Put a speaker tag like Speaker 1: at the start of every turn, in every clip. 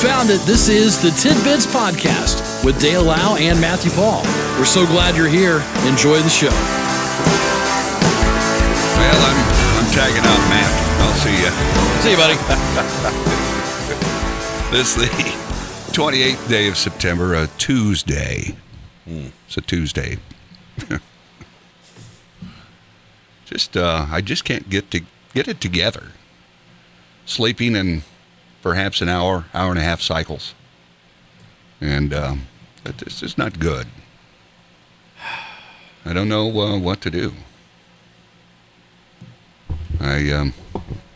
Speaker 1: found it. This is the Tidbits Podcast with Dale Lau and Matthew Paul. We're so glad you're here. Enjoy the show.
Speaker 2: Well, I'm, I'm tagging out, Matt. I'll see you.
Speaker 1: See you, buddy.
Speaker 2: This is the 28th day of September, a Tuesday. It's a Tuesday. just, uh, I just can't get to get it together. Sleeping in perhaps an hour, hour and a half cycles, and um, it- it's just not good. I don't know uh, what to do. I um,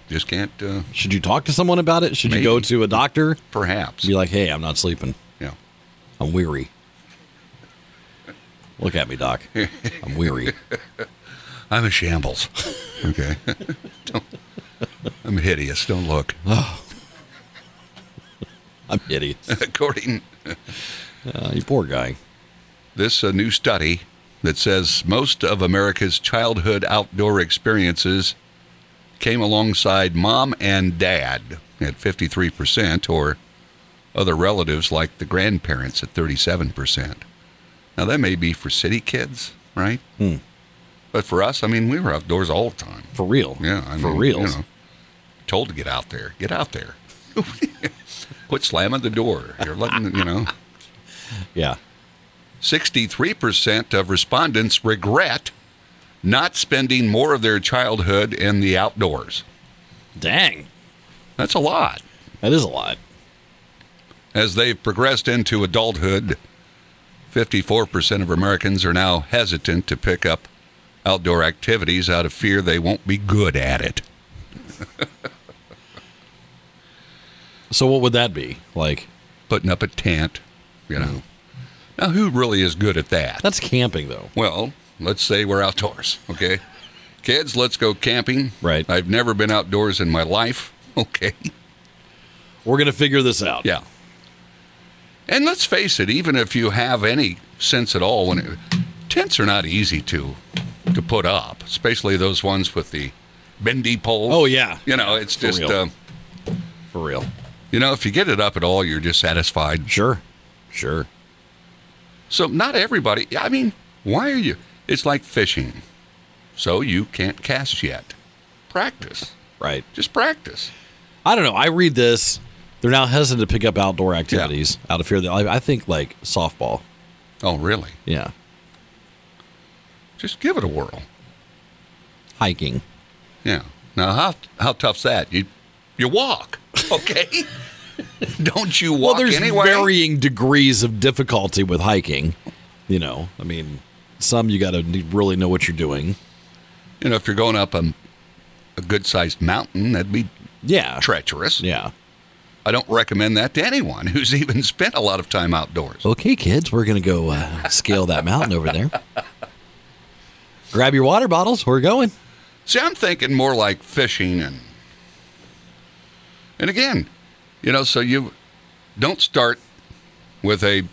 Speaker 2: just can't. Uh,
Speaker 1: Should you talk to someone about it? Should
Speaker 2: Maybe.
Speaker 1: you go to a doctor?
Speaker 2: perhaps.
Speaker 1: Be like, hey, I'm not sleeping.
Speaker 2: Yeah.
Speaker 1: I'm weary. Look at me, Doc. I'm weary.
Speaker 2: I'm a shambles. Okay. Don't- I'm hideous. Don't look.
Speaker 1: I'm hideous.
Speaker 2: According
Speaker 1: Uh, you poor guy.
Speaker 2: this uh, new study that says most of America's childhood outdoor experiences came alongside mom and dad at 53% or other relatives like the grandparents at 37%. Now that may be for city kids, right? But for us, I mean, we were outdoors all the time.
Speaker 1: For real.
Speaker 2: Yeah, I
Speaker 1: For
Speaker 2: mean,
Speaker 1: real.
Speaker 2: You know, told to get out there. Get out there. Quit slamming the door. You're letting you know.
Speaker 1: Yeah.
Speaker 2: Sixty-three percent of respondents regret not spending more of their childhood in the outdoors.
Speaker 1: Dang.
Speaker 2: That's a lot.
Speaker 1: That is a lot.
Speaker 2: As they've progressed into adulthood, 54% of Americans are now hesitant to pick up outdoor activities out of fear they won't be good at it.
Speaker 1: So what would that be? Like
Speaker 2: Putting up a tent, you know. Now, who really is good at that?
Speaker 1: that's camping though.
Speaker 2: Well, let's say we're outdoors, okay? Kids, let's go camping.
Speaker 1: Right.
Speaker 2: I've never been outdoors in my life, okay?
Speaker 1: We're gonna figure this out.
Speaker 2: Yeah. And let's face it, even if you have any sense at all, when it, tents are not easy to to put up, especially those ones with the bendy poles.
Speaker 1: Oh, yeah.
Speaker 2: You know, it's just
Speaker 1: real.
Speaker 2: uh,
Speaker 1: For real.
Speaker 2: you know, if you get it up at all, you're just satisfied.
Speaker 1: Sure. Sure.
Speaker 2: So not everybody. I mean, why are you? It's like fishing. So you can't cast yet. Practice.
Speaker 1: Right.
Speaker 2: Just practice.
Speaker 1: I don't know. I read this. They're now hesitant to pick up outdoor activities out of fear that I I think like softball.
Speaker 2: Oh, really?
Speaker 1: Yeah.
Speaker 2: Just give it a whirl.
Speaker 1: Hiking.
Speaker 2: Yeah. Now, how how tough's that? You you walk, okay? Don't you
Speaker 1: Well,
Speaker 2: walk
Speaker 1: there's
Speaker 2: anyway?
Speaker 1: varying degrees of difficulty with hiking. You know, I mean, some you got to really know what you're doing.
Speaker 2: you know, if you're going up a, a good sized mountain, that'd be
Speaker 1: Yeah.
Speaker 2: treacherous.
Speaker 1: Yeah.
Speaker 2: I don't recommend that to anyone who's even spent a lot of time outdoors.
Speaker 1: Okay, kids, we're going to go uh, scale that mountain over there. Grab your water bottles. We're going.
Speaker 2: See, I'm thinking more like fishing and and again, you know, so you don't start with a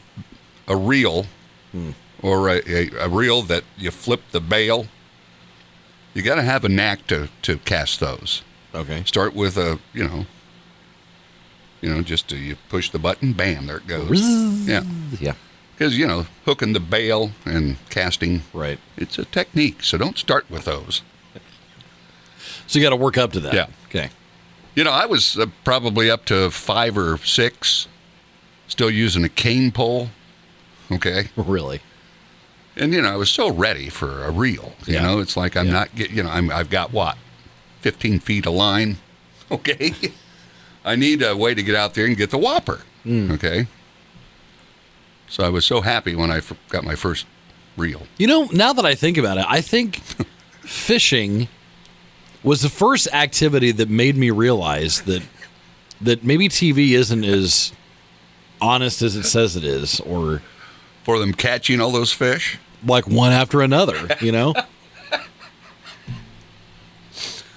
Speaker 2: a reel or a, a, a reel that you flip the bail. You got to have a knack to to cast those.
Speaker 1: Okay.
Speaker 2: Start with a you know, you know, just uh you push the button, bam, there it goes.
Speaker 1: Yeah.
Speaker 2: Yeah, because you know, hooking the bail and casting,
Speaker 1: Right.
Speaker 2: it's a technique. So don't start with those.
Speaker 1: So you got to work up to that.
Speaker 2: Yeah.
Speaker 1: Okay.
Speaker 2: You know, I was uh, probably up to five or six, still using a cane pole. Okay.
Speaker 1: Really.
Speaker 2: And, you know, I was so ready for a reel. You
Speaker 1: Yeah.
Speaker 2: know, it's like I'm
Speaker 1: Yeah.
Speaker 2: not get. you know, I'm, I've got what? 15 feet of line. Okay. I need a way to get out there and get the whopper.
Speaker 1: Mm.
Speaker 2: Okay. So I was so happy when I f- got my first reel.
Speaker 1: You know, now that I think about it, I think fishing was the first activity that made me realize that that maybe TV isn't as honest as it says it is, or
Speaker 2: For them catching all those fish.
Speaker 1: like one after another. You know,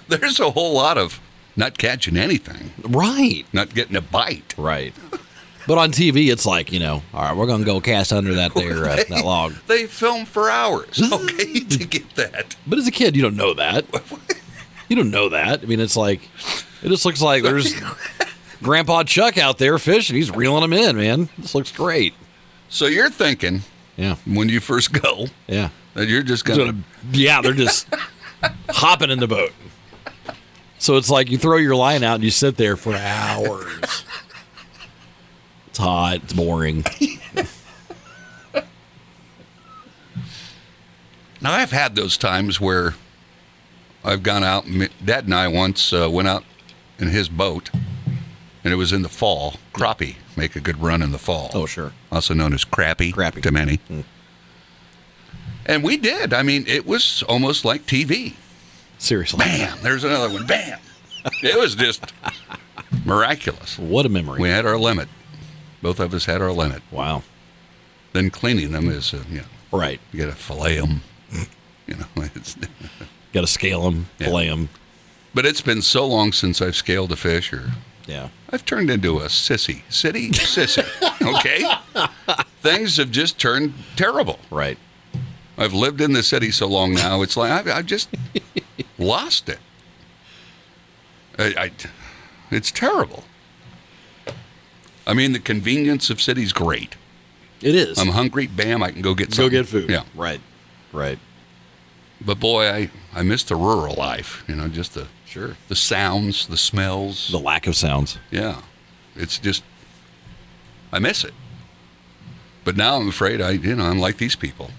Speaker 2: There's a whole lot of not catching anything,
Speaker 1: right?
Speaker 2: not getting a bite.
Speaker 1: Right. But on TV, it's like you know, all right, we're gonna go cast under that there uh, that log.
Speaker 2: They film for hours, okay, to get that.
Speaker 1: But as a kid, you don't know that. You don't know that. I mean, it's like it just looks like there's Grandpa Chuck out there fishing. He's reeling them in, man. This looks great.
Speaker 2: So you're thinking
Speaker 1: Yeah,
Speaker 2: when you first go
Speaker 1: yeah.
Speaker 2: that you're just
Speaker 1: Sort
Speaker 2: going to
Speaker 1: of- yeah, they're just hopping in the boat. So it's like you throw your line out and you sit there for hours. It's hot. It's boring.
Speaker 2: Now I've had those times where I've gone out. m- Dad and I once uh, went out in his boat, and it was in the fall. Crappie make a good run in the fall.
Speaker 1: Oh, sure.
Speaker 2: also known as crappie,
Speaker 1: Crappie. Mm.
Speaker 2: to many. And we did. I mean, it was almost like TV.
Speaker 1: Seriously.
Speaker 2: Bam! There's another one. Bam! it was just miraculous.
Speaker 1: What a memory.
Speaker 2: We had our limit. Both of us had our limit.
Speaker 1: Wow.
Speaker 2: Then cleaning them is, uh, you know,
Speaker 1: Right.
Speaker 2: you got to fillet them. You know, it's.
Speaker 1: Got to scale them,
Speaker 2: Yeah.
Speaker 1: fillet them.
Speaker 2: But it's been so long since I've scaled a fish, or
Speaker 1: Yeah.
Speaker 2: I've turned into a sissy, city sissy. Okay, things have just turned terrible.
Speaker 1: Right.
Speaker 2: I've lived in the city so long now; it's like I've, I've just lost it. I, I, it's terrible. I mean, the convenience of city's great.
Speaker 1: It is.
Speaker 2: I'm hungry, bam, I can go get
Speaker 1: Go
Speaker 2: something.
Speaker 1: get food.
Speaker 2: Yeah,
Speaker 1: Right. Right.
Speaker 2: but boy, I I miss the rural life. You know, just the
Speaker 1: Sure.
Speaker 2: the sounds, the smells,
Speaker 1: The lack of sounds.
Speaker 2: Yeah. It's just I miss it. But now I'm afraid I you know, I'm like these people.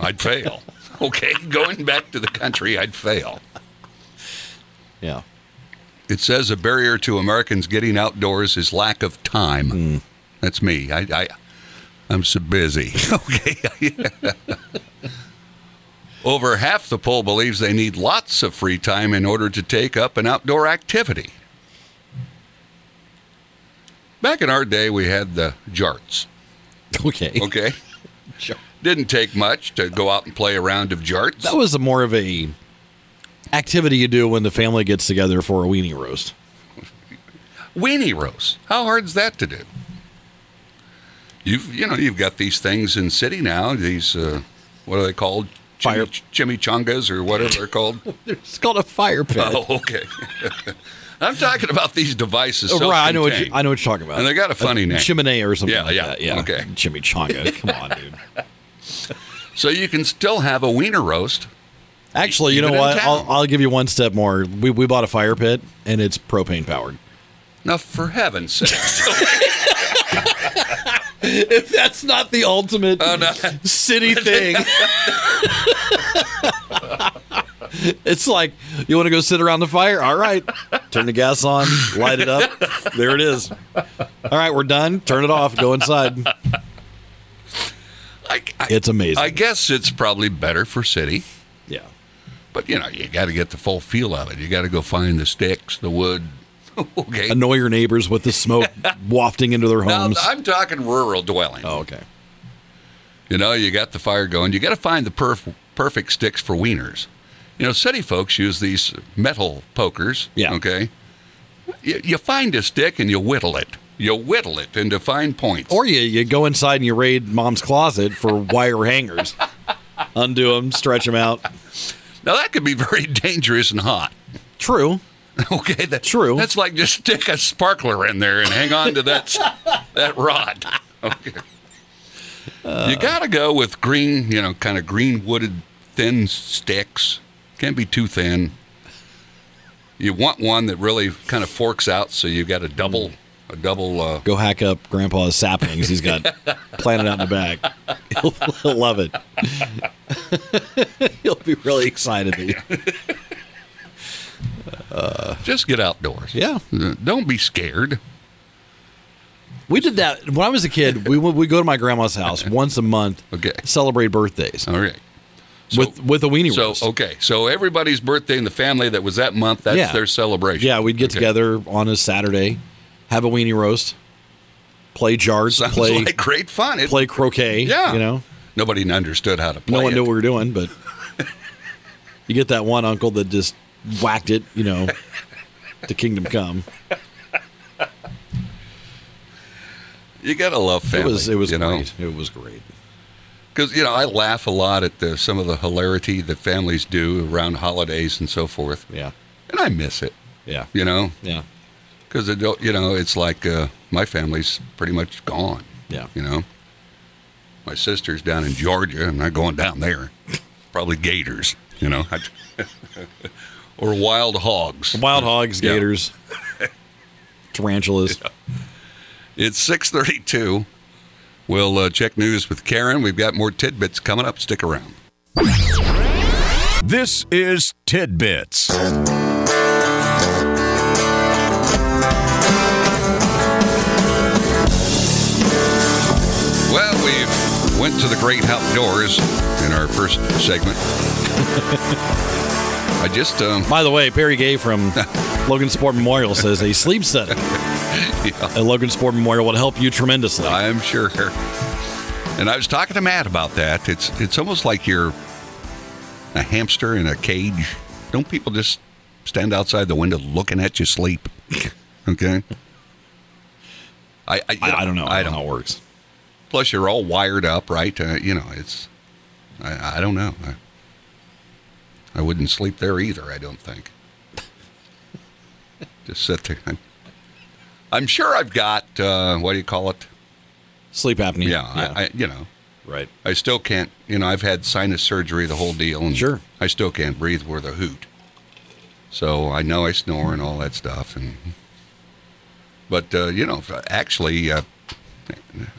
Speaker 2: I'd fail. Okay, going back to the country, I'd fail.
Speaker 1: Yeah.
Speaker 2: It says a barrier to Americans getting outdoors is lack of time. That's me. I, I I'm so busy. Okay. Over half the poll believes they need lots of free time in order to take up an outdoor activity. Back in our day, we had the jarts.
Speaker 1: Okay.
Speaker 2: Okay. Didn't take much to go out and play a round of jarts.
Speaker 1: That was a more of a activity you do when the family gets together for a weenie roast.
Speaker 2: weenie roast. How hard's that to do? You've you know you've got these things in city now. These uh, what are they called?
Speaker 1: Fire-
Speaker 2: Chimi- chimichangas or whatever they're called.
Speaker 1: It's called a fire pit.
Speaker 2: oh, okay. I'm talking about these devices.
Speaker 1: Oh, right, I know what you,
Speaker 2: self-contained.
Speaker 1: I know what you're talking about.
Speaker 2: And they got a funny name.
Speaker 1: chimney or something.
Speaker 2: Yeah,
Speaker 1: like
Speaker 2: yeah,
Speaker 1: that. yeah.
Speaker 2: okay.
Speaker 1: chimichanga. Come on, dude.
Speaker 2: So you can still have a wiener roast.
Speaker 1: Actually, you
Speaker 2: Even
Speaker 1: know
Speaker 2: in
Speaker 1: what? I'll,
Speaker 2: town.
Speaker 1: I'll give you one step more. We we bought a fire pit and it's propane powered.
Speaker 2: Now, for heaven's sake,
Speaker 1: If that's not the ultimate
Speaker 2: Oh, no.
Speaker 1: city thing. it's like you want to go sit around the fire. All right, turn the gas on, light it up. There it is. All right, we're done. Turn it off. Go inside.
Speaker 2: I, I,
Speaker 1: It's amazing.
Speaker 2: I guess it's probably better for city,
Speaker 1: yeah,
Speaker 2: but you know you got to get the full feel of it. You got to go find the sticks, the wood. okay.
Speaker 1: annoy your neighbors with the smoke wafting into their
Speaker 2: Now,
Speaker 1: homes.
Speaker 2: I'm talking rural dwelling.
Speaker 1: oh, okay.
Speaker 2: You know, you got the fire going. You got to find the perf- perfect sticks for wieners. You know, city folks use these metal pokers.
Speaker 1: Yeah.
Speaker 2: Okay. You, you find a stick and you whittle it. You whittle it into fine points.
Speaker 1: Or you, you go inside and you raid mom's closet for wire hangers. Undo them, stretch them out.
Speaker 2: now that could be very dangerous and hot.
Speaker 1: True.
Speaker 2: Okay, that's
Speaker 1: True.
Speaker 2: That's like just stick a sparkler in there and hang on to that s- that rod. Okay.
Speaker 1: Uh.
Speaker 2: you got to go with green, you know, kind of green wooded thin sticks. Can't be too thin. You want one that really kind of forks out, so you got a double,
Speaker 1: Hmm.
Speaker 2: a double. Uh,
Speaker 1: Go hack up Grandpa's saplings he's got planted out in the back. He'll, he'll love it. he'll be really excited. that you-
Speaker 2: just get outdoors.
Speaker 1: Yeah.
Speaker 2: Uh, Don't be scared.
Speaker 1: We did that when I was a kid. We would we go to my grandma's house once a month,
Speaker 2: Okay.
Speaker 1: celebrate birthdays
Speaker 2: All right.
Speaker 1: with with a weenie
Speaker 2: So
Speaker 1: roast.
Speaker 2: okay. So everybody's birthday in the family that was that month. That's
Speaker 1: Yeah.
Speaker 2: their celebration.
Speaker 1: Yeah, we'd get
Speaker 2: Okay.
Speaker 1: together on a Saturday, have a weenie roast, play jars,
Speaker 2: Sounds
Speaker 1: play
Speaker 2: like great fun. It
Speaker 1: play croquet.
Speaker 2: Yeah.
Speaker 1: you know,
Speaker 2: Nobody understood how to play.
Speaker 1: no one
Speaker 2: it.
Speaker 1: knew what we were doing, but you get that one uncle that just whacked it. You know, to Kingdom Come.
Speaker 2: You gotta love
Speaker 1: It
Speaker 2: family.
Speaker 1: was it was
Speaker 2: you know,
Speaker 1: great. It was great.
Speaker 2: because you know I laugh a lot at the, some of the hilarity that families do around holidays and so forth,
Speaker 1: Yeah,
Speaker 2: and I miss it.
Speaker 1: yeah,
Speaker 2: You know,
Speaker 1: yeah.
Speaker 2: because you know it's like uh, my family's pretty much gone.
Speaker 1: Yeah.
Speaker 2: You know, my sister's down in Georgia. I'm not going down there. Probably gators. You know, or wild hogs.
Speaker 1: Wild hogs,
Speaker 2: Yeah.
Speaker 1: gators, tarantulas.
Speaker 2: It's six thirty-two. We'll uh, check news with Karen. We've got more tidbits coming up. Stick around.
Speaker 3: This is Tidbits.
Speaker 2: Well, we've went to the great outdoors in our first segment. I just um,
Speaker 1: By the way, Perry Gay from Logan Sport Memorial says a sleep study at Logan Sport Memorial would help you tremendously.
Speaker 2: I'm sure. And I was talking to Matt about that. It's it's almost like you're a hamster in a cage. Don't people just stand outside the window looking at you sleep? Okay. I I,
Speaker 1: I, I don't know.
Speaker 2: I
Speaker 1: I don't know how it
Speaker 2: don't.
Speaker 1: works.
Speaker 2: Plus, you're all wired up, right? Uh, you know, it's. I, I don't know. I, I wouldn't sleep there either. I don't think. just sit there. I'm, I'm sure I've got uh, what do you call it?
Speaker 1: Sleep apnea.
Speaker 2: Yeah, I, I, you know,
Speaker 1: right.
Speaker 2: I still can't. You know, I've had sinus surgery, the whole deal, and
Speaker 1: Sure.
Speaker 2: I still can't breathe worth a hoot. So I know I snore and all that stuff, and but uh, you know, if- actually, uh,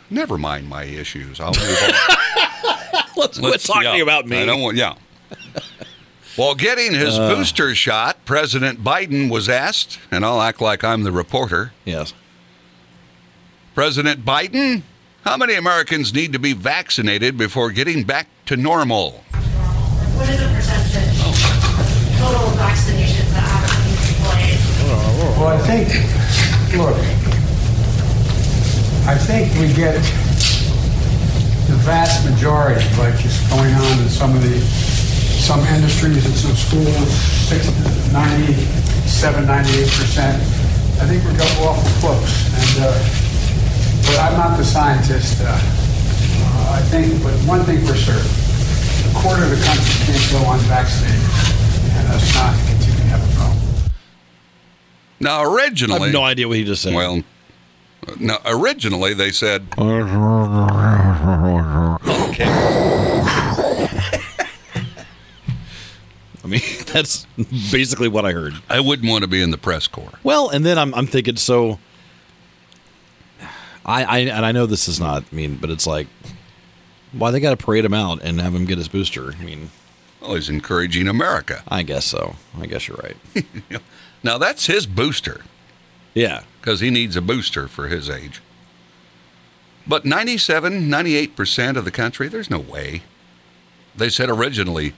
Speaker 2: never mind my issues. I'll move on.
Speaker 1: Let's quit
Speaker 2: Let's-
Speaker 1: talking
Speaker 2: yeah,
Speaker 1: about me. Uh.
Speaker 2: I don't want. Yeah. While getting his booster shot, President Biden was asked, and I'll act like I'm the reporter.
Speaker 1: Yes.
Speaker 2: President Biden, how many Americans need to be vaccinated before getting back to normal?
Speaker 4: What is the percentage total vaccinations that haven't been completed?
Speaker 5: Well, I think, look, I think we get the vast majority, like is going on in some of the, some industries and some schools, six- 97, 98%. I think we're going awful close. And, uh, but I'm not the scientist. uh, uh, I think, but one thing for certain, a quarter of the country can't go unvaccinated and us not continue to have a problem.
Speaker 2: Now,
Speaker 1: I
Speaker 2: originally,
Speaker 1: have no idea what he just said.
Speaker 2: well, now originally they said,
Speaker 1: I mean, that's basically what I heard.
Speaker 2: I wouldn't want to be in the press corps.
Speaker 1: Well, and then I'm, I'm thinking so. I, I and I know this is not I mean, but it's like, why they got to parade him out and have him get his booster? I mean,
Speaker 2: Well, he's encouraging America.
Speaker 1: I guess so. I guess you're right.
Speaker 2: Now, that's his booster.
Speaker 1: Yeah,
Speaker 2: because he needs a booster for his age. But 97, 98% of the country, there's no way. They said originally,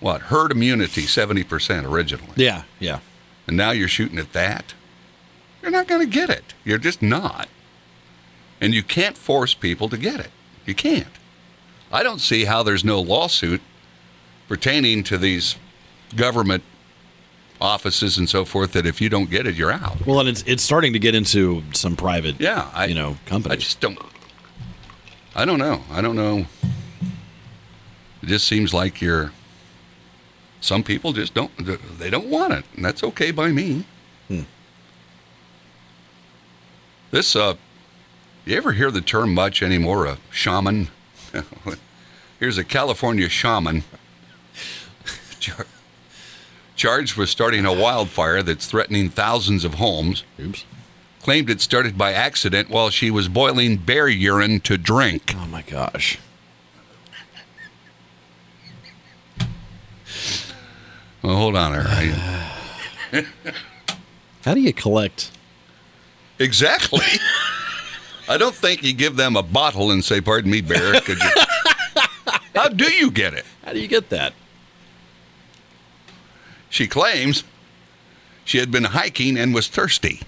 Speaker 2: what, herd immunity, 70% originally.
Speaker 1: yeah, yeah.
Speaker 2: And now you're shooting at that? You're not going to get it. You're just not. And you can't force people to get it. You can't. I don't see how there's no lawsuit pertaining to these government offices and so forth that if you don't get it, you're out.
Speaker 1: Well, and it's it's starting to get into some private,
Speaker 2: Yeah, I-
Speaker 1: you know,
Speaker 2: I
Speaker 1: companies.
Speaker 2: just don't. I don't know. I don't know. It just seems like you're. Some people just don't. They don't want it, and that's okay by me. This. uh You ever hear the term much anymore? A shaman. Here's a California shaman. char- Charged with starting a wildfire that's threatening thousands of homes
Speaker 1: Oops.
Speaker 2: claimed it started by accident while she was boiling bear urine to drink.
Speaker 1: Oh my gosh.
Speaker 2: Well, hold on, there. I-
Speaker 1: How do you collect?
Speaker 2: exactly. I don't think you give them a bottle and say, "Pardon me, bear." Could you? How do you get it?
Speaker 1: How do you get that?
Speaker 2: She claims she had been hiking and was thirsty.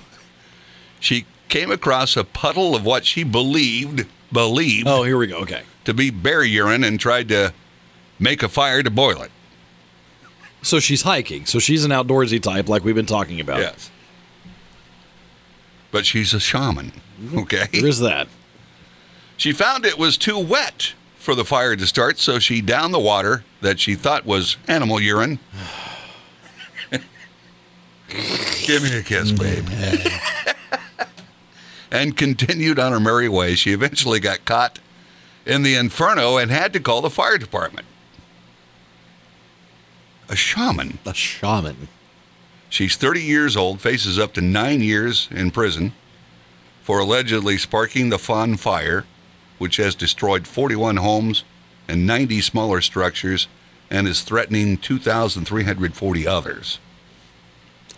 Speaker 2: she came across a puddle of what she believed believed
Speaker 1: Oh, here we go. Okay.
Speaker 2: to be bear urine and tried to make a fire to boil it.
Speaker 1: So she's hiking. So she's an outdoorsy type, like we've been talking about.
Speaker 2: Yes. But she's a shaman. Okay.
Speaker 1: There's that.
Speaker 2: She found it was too wet for the fire to start, so she downed the water that she thought was animal urine. Give me a kiss, babe. and continued on her merry way. She eventually got caught in the inferno and had to call the fire department. A shaman.
Speaker 1: The shaman.
Speaker 2: She's 30 years old, faces up to nine years in prison for allegedly sparking the Fon fire, which has destroyed 41 homes and 90 smaller structures and is threatening 2,340 others.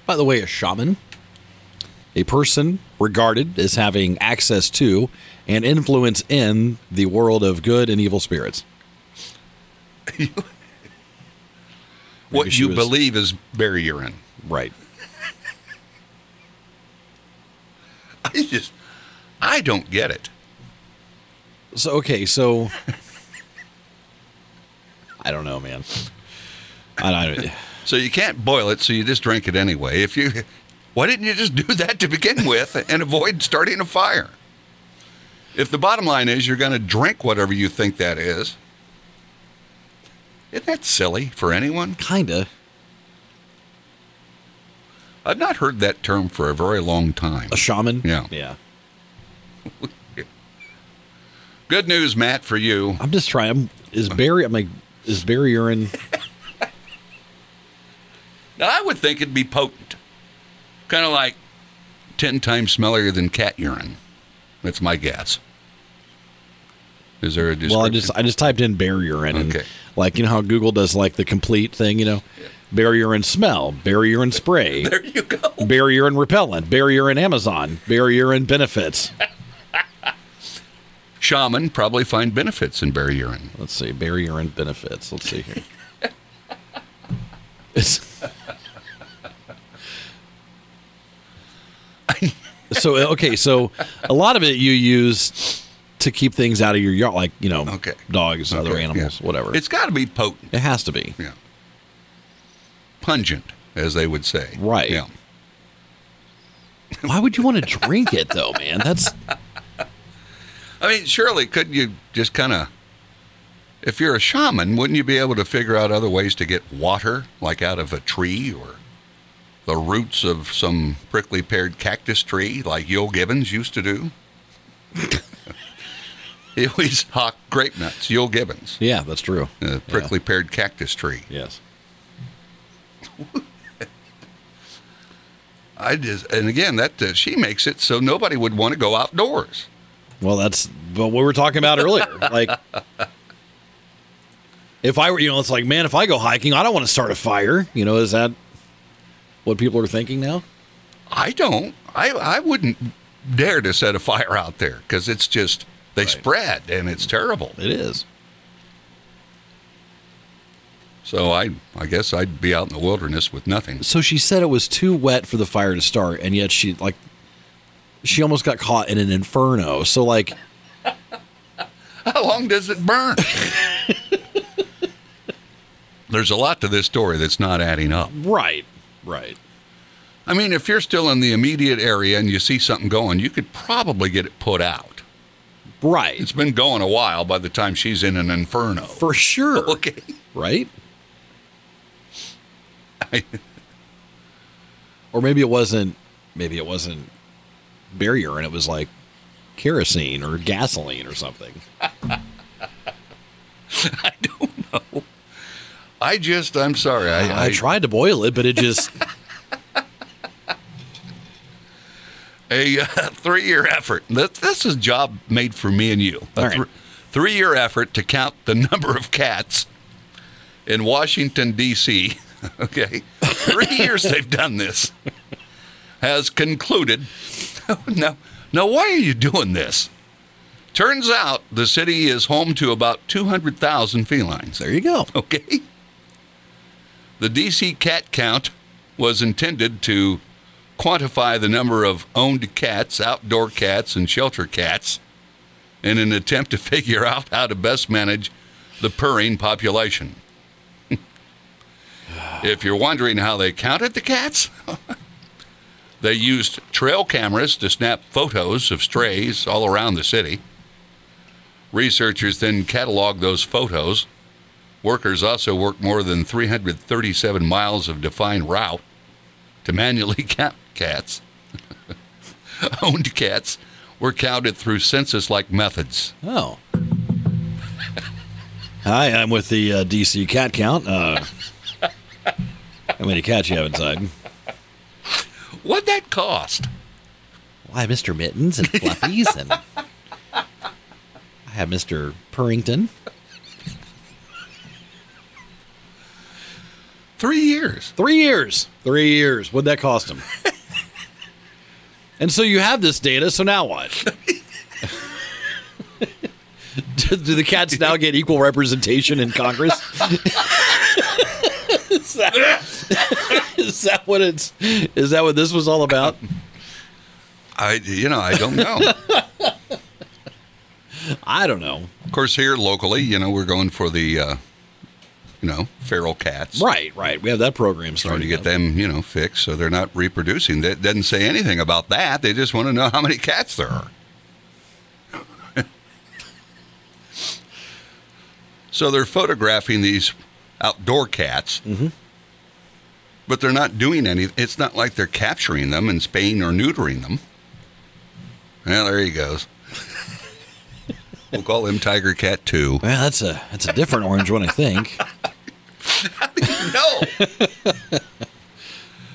Speaker 1: By the way, a shaman, a person regarded as having access to and influence in the world of good and evil spirits. Maybe
Speaker 2: what
Speaker 1: she
Speaker 2: you
Speaker 1: was-
Speaker 2: believe is bear urine.
Speaker 1: Right.
Speaker 2: I just, I don't get it.
Speaker 1: So okay, so I don't know, man. I don't.
Speaker 2: So you can't boil it, so you just drink it anyway. If you, why didn't you just do that to begin with and avoid starting a fire? If the bottom line is you're going to drink whatever you think that is, isn't that silly for anyone?
Speaker 1: Kinda.
Speaker 2: I've not heard that term for a very long time.
Speaker 1: A shaman.
Speaker 2: Yeah.
Speaker 1: Yeah.
Speaker 2: Good news, Matt, for you.
Speaker 1: I'm just trying. I'm, is Barry? I'm like, is Barry urine?
Speaker 2: Now, I would think it'd be potent. Kind of like 10 times smellier than cat urine. That's my guess. Is there a description?
Speaker 1: Well, I just I just typed in bear urine. And
Speaker 2: Okay.
Speaker 1: Like you know how Google does like the complete thing, you know, bear urine smell, bear urine spray,
Speaker 2: there you go.
Speaker 1: bear urine repellent, bear urine Amazon, bear urine benefits.
Speaker 2: Shaman probably find benefits in bear urine.
Speaker 1: Let's see, bear urine benefits. Let's see here. It's. so okay, so a lot of it you use to keep things out of your yard, like you know,
Speaker 2: Okay.
Speaker 1: dogs, other
Speaker 2: Okay,
Speaker 1: animals,
Speaker 2: yeah.
Speaker 1: whatever.
Speaker 2: It's got to be potent.
Speaker 1: it has to be.
Speaker 2: Yeah. Pungent, as they would say.
Speaker 1: Right.
Speaker 2: Yeah.
Speaker 1: Why would you want to drink it though, man? That's
Speaker 2: I mean, surely couldn't you just kind of, if you're a shaman, wouldn't you be able to figure out other ways to get water, like out of a tree or the roots of some prickly peared cactus tree, like Yo Gibbons used to do? he always hawked grape nuts, Yo Gibbons,
Speaker 1: yeah, that's true.
Speaker 2: the Uh, prickly peared cactus tree.
Speaker 1: Yes.
Speaker 2: I just, and again, that uh, she makes it so nobody would want to go outdoors.
Speaker 1: Well, that's but what we were talking about earlier. Like, if I were, you know, it's like, man, if I go hiking, I don't want to start a fire. You know, is that what people are thinking now?
Speaker 2: I don't. I I wouldn't dare to set a fire out there because it's just they spread and it's terrible.
Speaker 1: It is.
Speaker 2: So I I guess I'd be out in the wilderness with nothing.
Speaker 1: So she said it was too wet for the fire to start, and yet she like she almost got caught in an inferno. So like,
Speaker 2: How long does it burn? There's a lot to this story that's not adding up.
Speaker 1: right, right.
Speaker 2: I mean, if you're still in the immediate area and you see something going, you could probably get it put out.
Speaker 1: Right.
Speaker 2: It's been going a while by the time she's in an inferno.
Speaker 1: for sure.
Speaker 2: okay.
Speaker 1: right? or maybe it wasn't. Maybe it wasn't bear urine. It was like kerosene or gasoline or something.
Speaker 2: I just I'm sorry. I,
Speaker 1: I, tried to boil it, but it just
Speaker 2: a uh, three-year effort. This, this is a job made for me and you. A
Speaker 1: All right.
Speaker 2: three-year effort to count the number of cats in Washington D.C. Okay, three years they've done this. Has concluded. now, now, why are you doing this? Turns out the city is home to about two hundred thousand felines.
Speaker 1: there you go.
Speaker 2: Okay. The DC cat count was intended to quantify the number of owned cats, outdoor cats, and shelter cats in an attempt to figure out how to best manage the purring population. if you're wondering how they counted the cats, they used trail cameras to snap photos of strays all around the city. Researchers then cataloged those photos Workers also worked more than 337 miles of defined route to manually count cats, owned cats, were counted through census like methods.
Speaker 1: Oh. Hi, I'm with the uh, DC cat count. Uh, how many cats you have inside?
Speaker 2: What'd that cost?
Speaker 1: Why, Mr. Mittens and Fluffies, and I have Mr. Purrington.
Speaker 2: Three years.
Speaker 1: Three years. Three years. What'd that cost him? and so you have this data, so now what? do, do the cats now get equal representation in Congress? is, that, is that what it's is that what this was all about?
Speaker 2: I, you know, I don't know.
Speaker 1: I don't know.
Speaker 2: of course, here locally, you know, we're going for the, uh, you know, feral cats.
Speaker 1: Right, right. We have that program
Speaker 2: Trying
Speaker 1: starting
Speaker 2: to get
Speaker 1: up.
Speaker 2: them, you know, fixed so they're not reproducing. That doesn't say anything about that. They just want to know how many cats there are. so they're photographing these outdoor cats, but they're not doing any. It's not like they're capturing them and spaying or neutering them. Well, there he goes. we'll call him Tiger Cat 2.
Speaker 1: Well, that's a that's a different orange one, I think.
Speaker 2: no.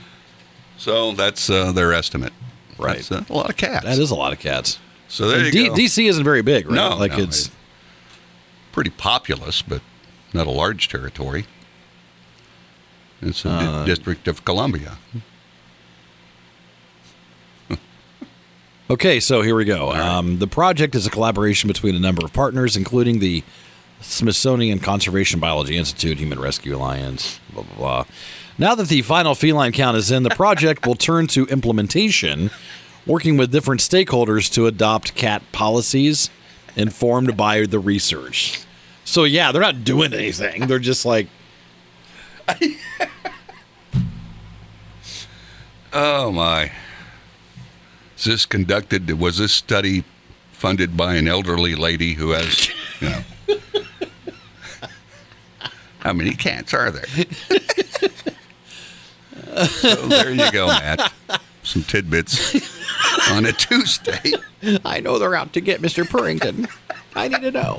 Speaker 2: so that's uh, their estimate.
Speaker 1: Right.
Speaker 2: That's, uh, a lot of cats.
Speaker 1: That is a lot of cats.
Speaker 2: So there you
Speaker 1: And D-
Speaker 2: go.
Speaker 1: DC isn't very big, right?
Speaker 2: No,
Speaker 1: like
Speaker 2: no,
Speaker 1: it's
Speaker 2: it- Pretty populous, but not a large territory. It's a di-
Speaker 1: Uh,
Speaker 2: district of Columbia.
Speaker 1: Okay, so here we go. Um, the project is a collaboration between a number of partners, including the Smithsonian Conservation Biology Institute, Human Rescue Alliance, blah, blah, blah. Now that the final feline count is in, the project will turn to implementation, working with different stakeholders to adopt cat policies informed by the research. So, yeah, they're not doing anything. They're just like,
Speaker 2: Oh my! Is this conducted? Was this study funded by an elderly lady who has? You know, how many cats are there? so there you go, Matt. Some tidbits on a Tuesday.
Speaker 1: I know they're out to get Mr. Purrington. I need to know.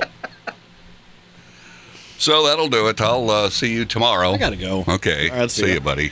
Speaker 2: So that'll do it. I'll uh, see you tomorrow. I
Speaker 1: gotta go.
Speaker 2: Okay.
Speaker 1: All right, see
Speaker 2: see
Speaker 1: ya.
Speaker 2: you, buddy.